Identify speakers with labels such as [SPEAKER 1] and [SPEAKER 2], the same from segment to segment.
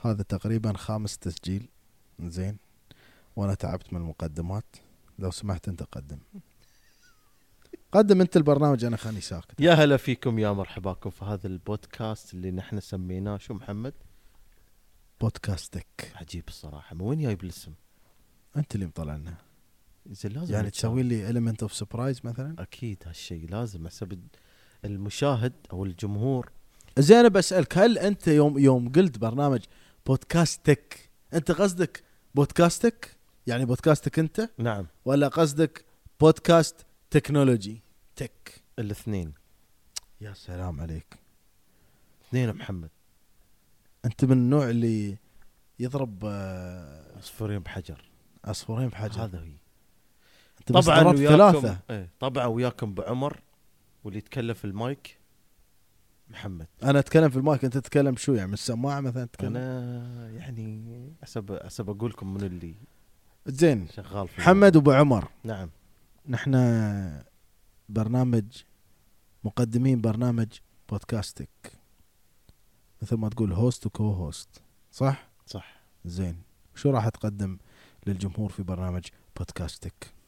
[SPEAKER 1] هذا تقريبا خامس تسجيل زين وانا تعبت من المقدمات لو سمحت انت قدم قدم انت البرنامج انا خلني ساكت
[SPEAKER 2] يا هلا فيكم يا مرحباكم في هذا البودكاست اللي نحن سميناه شو محمد؟
[SPEAKER 1] بودكاستك
[SPEAKER 2] عجيب الصراحه من وين جايب الاسم؟
[SPEAKER 1] انت اللي مطلعنا
[SPEAKER 2] زين لازم
[SPEAKER 1] يعني
[SPEAKER 2] نتشا-
[SPEAKER 1] تسوي لي المنت اوف سبرايز مثلا
[SPEAKER 2] اكيد هالشيء لازم حسب المشاهد او الجمهور
[SPEAKER 1] زين انا بسالك هل انت يوم يوم قلت برنامج بودكاستك انت قصدك بودكاستك يعني بودكاستك انت
[SPEAKER 2] نعم
[SPEAKER 1] ولا قصدك بودكاست تكنولوجي تك
[SPEAKER 2] الاثنين
[SPEAKER 1] يا سلام عليك
[SPEAKER 2] اثنين يا محمد
[SPEAKER 1] انت من النوع اللي يضرب آه،
[SPEAKER 2] عصفورين بحجر
[SPEAKER 1] عصفورين بحجر
[SPEAKER 2] هذا هي
[SPEAKER 1] انت بس ضربت ثلاثه
[SPEAKER 2] ايه طبعا وياكم بعمر واللي يتكلم في المايك محمد
[SPEAKER 1] انا اتكلم في المايك انت تتكلم شو يعني من السماعه مثلا
[SPEAKER 2] طيب.
[SPEAKER 1] تتكلم
[SPEAKER 2] انا يعني حسب حسب اقول لكم من اللي
[SPEAKER 1] زين
[SPEAKER 2] شغال في
[SPEAKER 1] محمد وابو عمر
[SPEAKER 2] نعم
[SPEAKER 1] نحن برنامج مقدمين برنامج بودكاستك مثل ما تقول هوست وكو هوست صح
[SPEAKER 2] صح
[SPEAKER 1] زين شو راح تقدم للجمهور في برنامج بودكاستك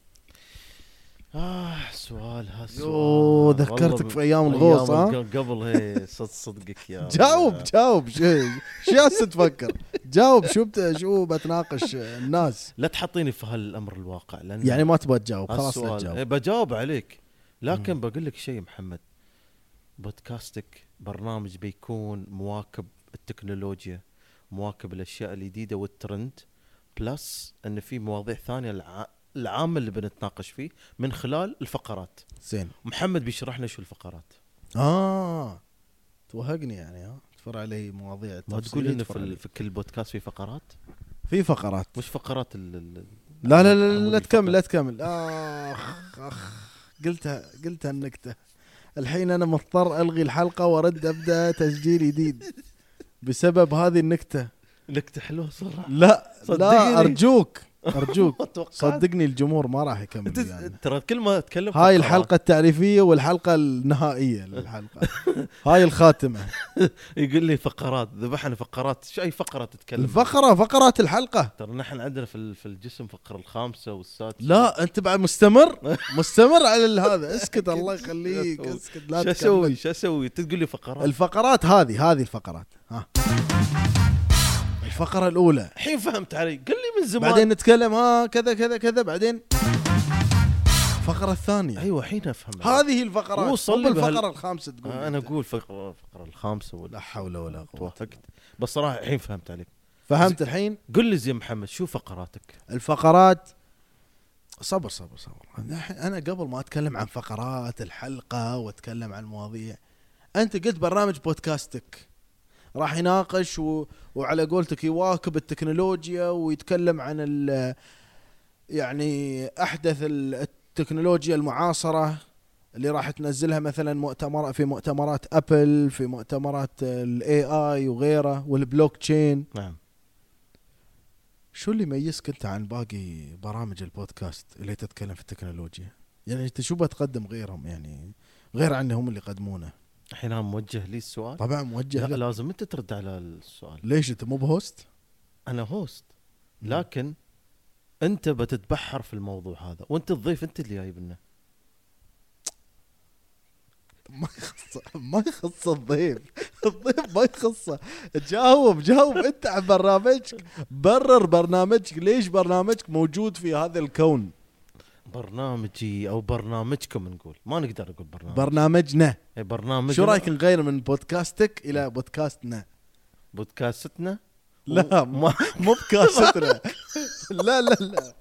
[SPEAKER 2] اه سؤال هالسؤال
[SPEAKER 1] يو ذكرتك
[SPEAKER 2] والله
[SPEAKER 1] في ايام الغوص
[SPEAKER 2] أيام
[SPEAKER 1] ها
[SPEAKER 2] الق- قبل هي صد صدقك يا
[SPEAKER 1] جاوب
[SPEAKER 2] آه.
[SPEAKER 1] جاوب شو شو جالس تفكر جاوب شو بت... شو بتناقش الناس
[SPEAKER 2] لا تحطيني في هالامر الواقع لان
[SPEAKER 1] يعني ما تبغى تجاوب خلاص لا
[SPEAKER 2] هالسؤال إيه،
[SPEAKER 1] تجاوب
[SPEAKER 2] بجاوب عليك لكن
[SPEAKER 1] مم.
[SPEAKER 2] بقول لك شيء محمد بودكاستك برنامج بيكون مواكب التكنولوجيا مواكب الاشياء الجديده والترند بلس ان في مواضيع ثانيه الع... العامه اللي بنتناقش فيه من خلال الفقرات
[SPEAKER 1] زين
[SPEAKER 2] محمد بيشرح لنا شو الفقرات
[SPEAKER 1] اه توهقني يعني ها تفر علي مواضيع
[SPEAKER 2] ما
[SPEAKER 1] تفصيلية
[SPEAKER 2] تقول لنا
[SPEAKER 1] تفر
[SPEAKER 2] في, ال-
[SPEAKER 1] علي.
[SPEAKER 2] في كل بودكاست في فقرات
[SPEAKER 1] في فقرات
[SPEAKER 2] مش فقرات ال- ال-
[SPEAKER 1] لا لا
[SPEAKER 2] عمود
[SPEAKER 1] لا لا
[SPEAKER 2] الفقرة.
[SPEAKER 1] تكمل لا تكمل اخ اخ قلتها قلتها النكته الحين انا مضطر الغي الحلقه وارد ابدا تسجيل جديد بسبب هذه النكته
[SPEAKER 2] نكته حلوه صراحه
[SPEAKER 1] لا
[SPEAKER 2] صدقني.
[SPEAKER 1] لا ارجوك ارجوك
[SPEAKER 2] اتوقع
[SPEAKER 1] صدقني الجمهور ما راح يكمل
[SPEAKER 2] انت
[SPEAKER 1] يعني.
[SPEAKER 2] ترى كل ما اتكلم
[SPEAKER 1] هاي
[SPEAKER 2] فقرات.
[SPEAKER 1] الحلقه التعريفيه والحلقه النهائيه للحلقه هاي الخاتمه
[SPEAKER 2] يقول لي فقرات ذبحنا فقرات شو اي فقره تتكلم
[SPEAKER 1] الفقره فقرات الحلقه
[SPEAKER 2] ترى نحن عندنا في ال- في الجسم فقره الخامسه والسادسه
[SPEAKER 1] لا انت بعد مستمر مستمر على ال- هذا اسكت الله يخليك
[SPEAKER 2] لا تسوي.
[SPEAKER 1] اسكت لا
[SPEAKER 2] شو
[SPEAKER 1] تسوي
[SPEAKER 2] اسوي شو اسوي انت تقول لي فقرات
[SPEAKER 1] الفقرات هذه هذه الفقرات ها الفقره الاولى
[SPEAKER 2] الحين فهمت علي قل لي من زمان
[SPEAKER 1] بعدين نتكلم ها كذا كذا كذا بعدين الفقره الثانيه
[SPEAKER 2] ايوه الحين افهم عليك.
[SPEAKER 1] هذه الفقرات
[SPEAKER 2] وصل
[SPEAKER 1] مو
[SPEAKER 2] لي بهال-
[SPEAKER 1] الفقره الخامسه تقول
[SPEAKER 2] آه، انا
[SPEAKER 1] أنت.
[SPEAKER 2] اقول فقره الفقره الخامسه ولا
[SPEAKER 1] لا حول ولا قوه
[SPEAKER 2] توافقت بس صراحه الحين فهمت عليك
[SPEAKER 1] فهمت الحين
[SPEAKER 2] قل لي زين محمد شو فقراتك
[SPEAKER 1] الفقرات صبر صبر صبر الحين انا قبل ما اتكلم عن فقرات الحلقه واتكلم عن مواضيع انت قلت برنامج بودكاستك راح يناقش و... وعلى قولتك يواكب التكنولوجيا ويتكلم عن ال... يعني احدث ال- التكنولوجيا المعاصره اللي راح تنزلها مثلا مؤتمر في مؤتمرات ابل في مؤتمرات الاي اي وغيره والبلوك تشين
[SPEAKER 2] نعم
[SPEAKER 1] شو اللي يميزك انت عن باقي برامج البودكاست اللي تتكلم في التكنولوجيا؟ يعني انت شو بتقدم غيرهم يعني غير عن هم اللي يقدمونه؟
[SPEAKER 2] الحين انا موجه لي السؤال
[SPEAKER 1] طبعا موجه
[SPEAKER 2] لا
[SPEAKER 1] لا
[SPEAKER 2] لازم انت ترد على السؤال
[SPEAKER 1] ليش انت مو بهوست؟
[SPEAKER 2] انا هوست لكن انت بتتبحر في الموضوع هذا وانت الضيف انت اللي جايب لنا
[SPEAKER 1] ما يخص ما يخص الضيف، الضيف ما يخصه، جاوب جاوب انت عن برنامجك، برر برنامجك، ليش برنامجك موجود في هذا الكون؟
[SPEAKER 2] برنامجي او برنامجكم نقول ما نقدر نقول برنامج إيه، بر...
[SPEAKER 1] برنامجنا،
[SPEAKER 2] برنامج
[SPEAKER 1] شو رايك نغير من بودكاستك الى بودكاستنا؟
[SPEAKER 2] بودكاستنا
[SPEAKER 1] لا ما مو بكاستنا لا لا لا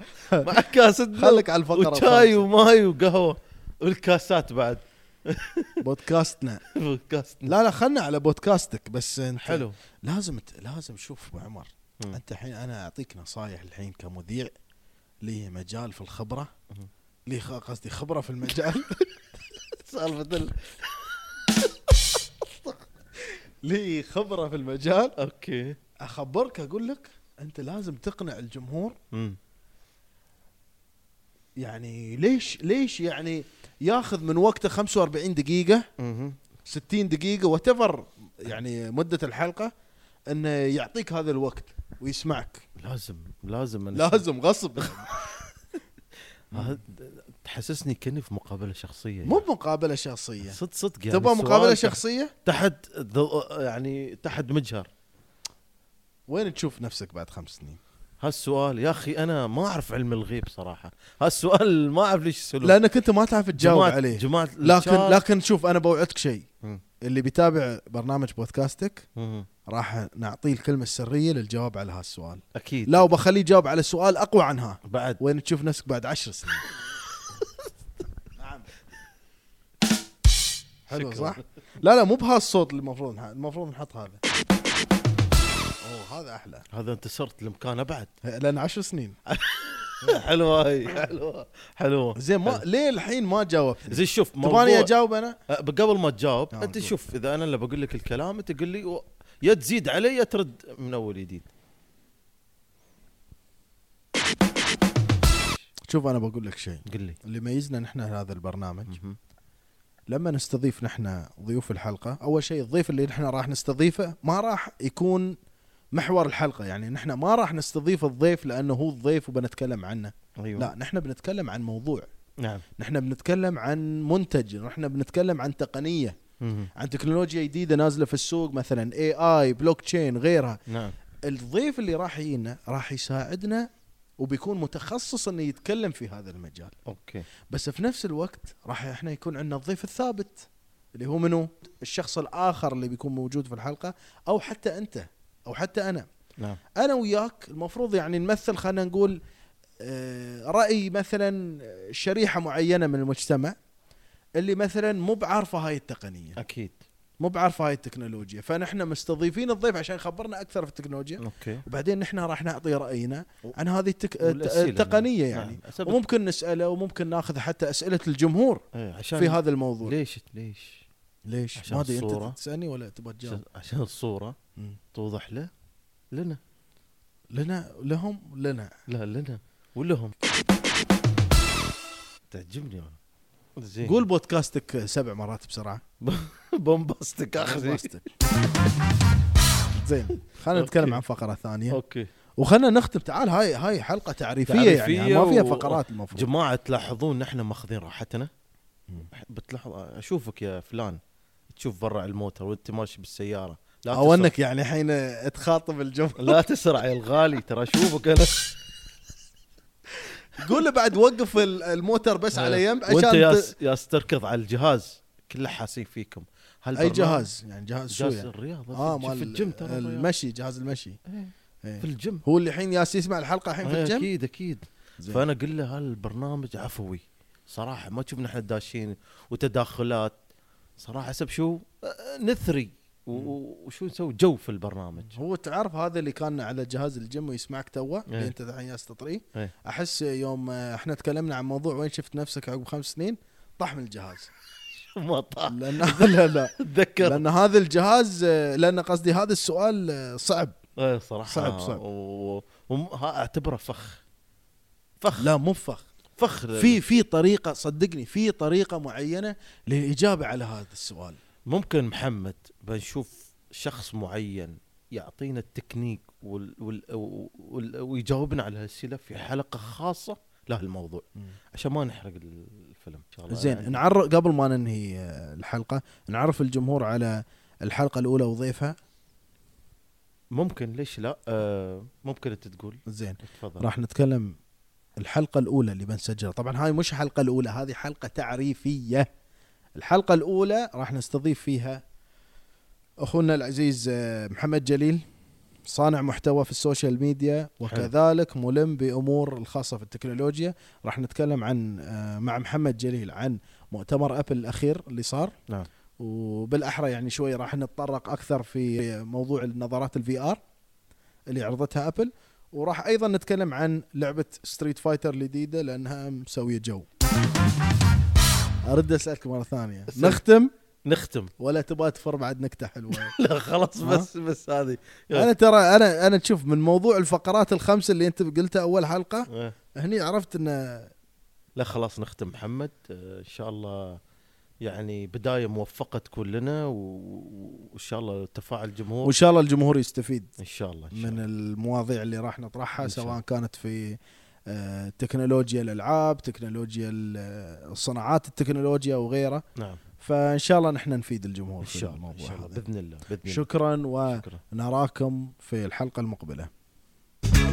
[SPEAKER 2] مع كاستنا
[SPEAKER 1] خليك على الفقرة
[SPEAKER 2] وشاي
[SPEAKER 1] الخامسة.
[SPEAKER 2] وماي وقهوه والكاسات بعد
[SPEAKER 1] بودكاستنا
[SPEAKER 2] بودكاستنا
[SPEAKER 1] لا لا خلنا على بودكاستك بس انت
[SPEAKER 2] حلو
[SPEAKER 1] لازم ت- لازم شوف أبو عمر
[SPEAKER 2] مم.
[SPEAKER 1] انت الحين انا اعطيك نصايح الحين كمذيع لي مجال في الخبره
[SPEAKER 2] مم.
[SPEAKER 1] لي خ- قصدي خبره في المجال
[SPEAKER 2] سالفه ال-
[SPEAKER 1] لي خبره في المجال
[SPEAKER 2] اوكي
[SPEAKER 1] اخبرك اقول لك انت لازم تقنع الجمهور
[SPEAKER 2] مم.
[SPEAKER 1] يعني ليش ليش يعني ياخذ من وقته 45 دقيقه
[SPEAKER 2] مهم.
[SPEAKER 1] 60 دقيقه وتفر يعني مده الحلقه انه يعطيك هذا الوقت ويسمعك
[SPEAKER 2] لازم لازم أنا
[SPEAKER 1] لازم غصب
[SPEAKER 2] هذا- تحسسني كني في مقابله شخصيه
[SPEAKER 1] مو بمقابله شخصيه
[SPEAKER 2] صدق صدق يعني
[SPEAKER 1] تبغى
[SPEAKER 2] السؤال
[SPEAKER 1] مقابله
[SPEAKER 2] تح-
[SPEAKER 1] شخصيه
[SPEAKER 2] تحت ذو- يعني تحت مجهر
[SPEAKER 1] وين تشوف نفسك بعد خمس سنين
[SPEAKER 2] هالسؤال يا اخي انا ما اعرف علم الغيب صراحه هالسؤال ما اعرف ليش يسالوه
[SPEAKER 1] لانك انت ما تعرف تجاوب
[SPEAKER 2] جماعة-
[SPEAKER 1] عليه
[SPEAKER 2] جماعه
[SPEAKER 1] لكن
[SPEAKER 2] الشات-
[SPEAKER 1] لكن شوف انا بوعدك شيء
[SPEAKER 2] مم.
[SPEAKER 1] اللي بيتابع برنامج بودكاستك
[SPEAKER 2] مم.
[SPEAKER 1] راح نعطيه الكلمه السريه للجواب على هالسؤال
[SPEAKER 2] اكيد
[SPEAKER 1] لا وبخليه يجاوب على سؤال اقوى عنها
[SPEAKER 2] بعد
[SPEAKER 1] وين تشوف نفسك بعد عشر سنين نعم حلو
[SPEAKER 2] شكراً.
[SPEAKER 1] صح؟ لا لا مو بهالصوت اللي المفروض نح- المفروض نحط هذا اوه هذا احلى
[SPEAKER 2] هذا انت صرت لمكانه بعد
[SPEAKER 1] لان عشر سنين
[SPEAKER 2] حلوه هاي حلوه حلوه
[SPEAKER 1] زين ما ليه الحين ما جاوبتني؟
[SPEAKER 2] زين شوف
[SPEAKER 1] تبغاني
[SPEAKER 2] موضوع
[SPEAKER 1] اجاوب انا؟
[SPEAKER 2] أه، قبل ما تجاوب
[SPEAKER 1] نعم،
[SPEAKER 2] انت
[SPEAKER 1] قول.
[SPEAKER 2] شوف اذا انا اللي بقول لك الكلام انت قول لي و- يا تزيد علي يا ترد من اول جديد
[SPEAKER 1] شوف انا بقول لك شيء
[SPEAKER 2] قل لي
[SPEAKER 1] اللي يميزنا نحن هذا البرنامج
[SPEAKER 2] مهم.
[SPEAKER 1] لما نستضيف نحن ضيوف الحلقه اول شيء الضيف اللي نحن راح نستضيفه ما راح يكون محور الحلقه يعني نحن ما راح نستضيف الضيف لانه هو الضيف وبنتكلم عنه
[SPEAKER 2] ايوه
[SPEAKER 1] لا نحن بنتكلم عن موضوع
[SPEAKER 2] نعم
[SPEAKER 1] نحن بنتكلم عن منتج نحن بنتكلم عن تقنيه
[SPEAKER 2] مهم.
[SPEAKER 1] عن تكنولوجيا جديده نازله في السوق مثلا اي اي بلوك تشين غيرها
[SPEAKER 2] نعم
[SPEAKER 1] الضيف اللي راح يجينا راح يساعدنا وبيكون متخصص انه يتكلم في هذا المجال
[SPEAKER 2] اوكي
[SPEAKER 1] بس في نفس الوقت راح احنا يكون عندنا الضيف الثابت اللي هو منو الشخص الاخر اللي بيكون موجود في الحلقه او حتى انت او حتى انا
[SPEAKER 2] نعم
[SPEAKER 1] انا وياك المفروض يعني نمثل خلينا نقول آه، راي مثلا شريحه معينه من المجتمع اللي مثلا مو بعارفه هاي التقنيه
[SPEAKER 2] اكيد
[SPEAKER 1] مو بعارفه هاي التكنولوجيا فنحن مستضيفين الضيف عشان يخبرنا اكثر في التكنولوجيا
[SPEAKER 2] اوكي
[SPEAKER 1] وبعدين نحن راح نعطي راينا
[SPEAKER 2] و-
[SPEAKER 1] عن هذه التك...
[SPEAKER 2] والأسئلة،
[SPEAKER 1] التقنيه
[SPEAKER 2] نعم.
[SPEAKER 1] يعني
[SPEAKER 2] أثبت-
[SPEAKER 1] وممكن نساله وممكن ناخذ حتى اسئله الجمهور
[SPEAKER 2] إيه، عشان
[SPEAKER 1] في هذا الموضوع
[SPEAKER 2] ليش ليش
[SPEAKER 1] ليش
[SPEAKER 2] عشان
[SPEAKER 1] ما ادري
[SPEAKER 2] الصورة.
[SPEAKER 1] انت تسالني ولا تبغى تجاوب
[SPEAKER 2] عشان- عشان الصوره
[SPEAKER 1] مم.
[SPEAKER 2] توضح له لنا
[SPEAKER 1] لنا لهم لنا
[SPEAKER 2] لا لنا ولهم تعجبني انا زين
[SPEAKER 1] قول بودكاستك سبع مرات بسرعه
[SPEAKER 2] بومباستك اخذي
[SPEAKER 1] زين خلينا نتكلم
[SPEAKER 2] أوكي.
[SPEAKER 1] عن فقره ثانيه
[SPEAKER 2] اوكي
[SPEAKER 1] وخلينا نختم تعال هاي هاي حلقه تعريفيه, يعني
[SPEAKER 2] تعريفية
[SPEAKER 1] ما فيها
[SPEAKER 2] و-
[SPEAKER 1] فقرات المفروض
[SPEAKER 2] جماعه تلاحظون نحن ماخذين راحتنا
[SPEAKER 1] مم.
[SPEAKER 2] بتلاحظ اشوفك يا فلان تشوف برا الموتر وانت ماشي بالسياره لا
[SPEAKER 1] او
[SPEAKER 2] تسرع
[SPEAKER 1] انك يعني الحين تخاطب الجمهور
[SPEAKER 2] لا تسرع يا الغالي ترى اشوفك انا
[SPEAKER 1] قول له بعد وقف ال- الموتر بس على جنب
[SPEAKER 2] وانت
[SPEAKER 1] عشان
[SPEAKER 2] ياس
[SPEAKER 1] ت...
[SPEAKER 2] ياس تركض على الجهاز كله حاسين فيكم هل
[SPEAKER 1] اي جهاز يعني جهاز شو
[SPEAKER 2] جهاز
[SPEAKER 1] يعني؟
[SPEAKER 2] الرياضه
[SPEAKER 1] اه
[SPEAKER 2] في- في
[SPEAKER 1] مال
[SPEAKER 2] الجيم ترى الرياضة.
[SPEAKER 1] المشي جهاز المشي
[SPEAKER 2] إيه،
[SPEAKER 1] إيه.
[SPEAKER 2] في الجيم
[SPEAKER 1] هو اللي الحين ياس يسمع الحلقه الحين في
[SPEAKER 2] آه،
[SPEAKER 1] الجيم
[SPEAKER 2] اكيد اكيد
[SPEAKER 1] زين.
[SPEAKER 2] فانا اقول له هالبرنامج عفوي صراحه ما تشوفنا احنا داشين وتداخلات صراحه حسب شو آه، نثري و- و- وشو نسوي جو في البرنامج
[SPEAKER 1] هو تعرف هذا اللي كان على جهاز الجيم ويسمعك توه اللي
[SPEAKER 2] إيه.
[SPEAKER 1] انت الحين ياس تطريه
[SPEAKER 2] إيه.
[SPEAKER 1] احس يوم آه، احنا تكلمنا عن موضوع وين شفت نفسك عقب خمس سنين طاح من الجهاز
[SPEAKER 2] ما طاح
[SPEAKER 1] لان لا لا
[SPEAKER 2] اتذكر
[SPEAKER 1] لان هذا الجهاز آه، لان قصدي هذا السؤال آه، صعب
[SPEAKER 2] ايه صراحه
[SPEAKER 1] صعب- صعب.
[SPEAKER 2] و- وم- ها اعتبره فخ فخ
[SPEAKER 1] لا مو فخ
[SPEAKER 2] فخ
[SPEAKER 1] في في طريقه صدقني في طريقه معينه للاجابه على هذا السؤال
[SPEAKER 2] ممكن محمد بنشوف شخص معين يعطينا التكنيك وال وال وال ويجاوبنا على الاسئله في حلقه خاصه لهالموضوع الموضوع عشان ما نحرق الفيلم ان شاء الله يعني.
[SPEAKER 1] زين نعرف قبل ما ننهي آه، الحلقه نعرف الجمهور على الحلقه الاولى وضيفها
[SPEAKER 2] ممكن ليش لا آه ممكن انت تقول
[SPEAKER 1] زين
[SPEAKER 2] تفضل
[SPEAKER 1] راح نتكلم الحلقه الاولى اللي بنسجلها طبعا هاي مش الحلقه الاولى هذه حلقه تعريفيه الحلقه الاولى راح نستضيف فيها اخونا العزيز آه، محمد جليل صانع محتوى في السوشيال ميديا وكذلك ملم بامور الخاصه في التكنولوجيا راح نتكلم عن آه، مع محمد جليل عن مؤتمر ابل الاخير اللي صار
[SPEAKER 2] نعم.
[SPEAKER 1] وبالاحرى يعني شوي راح نتطرق اكثر في موضوع النظارات الفي ار اللي عرضتها ابل وراح ايضا نتكلم عن لعبه ستريت فايتر الجديده لانها مسويه جو ارد اسالك مره ثانيه
[SPEAKER 2] اسأل.
[SPEAKER 1] نختم
[SPEAKER 2] نختم
[SPEAKER 1] ولا تبغى تفر بعد نكته حلوه
[SPEAKER 2] لا خلاص
[SPEAKER 1] ها؟
[SPEAKER 2] بس بس هذه
[SPEAKER 1] انا ترى انا انا تشوف من موضوع الفقرات الخمسه اللي انت قلتها اول حلقه
[SPEAKER 2] آه.
[SPEAKER 1] هني عرفت انه
[SPEAKER 2] لا خلاص نختم محمد آه ان شاء الله يعني بدايه موفقه تكون لنا و- و- وان شاء الله تفاعل الجمهور
[SPEAKER 1] وان شاء الله الجمهور يستفيد
[SPEAKER 2] ان شاء الله إن شاء
[SPEAKER 1] من
[SPEAKER 2] الله.
[SPEAKER 1] المواضيع اللي راح نطرحها
[SPEAKER 2] إن شاء
[SPEAKER 1] سواء
[SPEAKER 2] الله.
[SPEAKER 1] كانت في آه، تكنولوجيا الالعاب تكنولوجيا ال- آه، الصناعات التكنولوجيا وغيره
[SPEAKER 2] نعم
[SPEAKER 1] فان شاء الله نحن نفيد الجمهور
[SPEAKER 2] ان
[SPEAKER 1] في
[SPEAKER 2] شاء الله ان
[SPEAKER 1] الموضوع
[SPEAKER 2] شاء الله
[SPEAKER 1] هذا
[SPEAKER 2] باذن الله باذن الله
[SPEAKER 1] شكرا
[SPEAKER 2] شكرا
[SPEAKER 1] ونراكم في الحلقه المقبله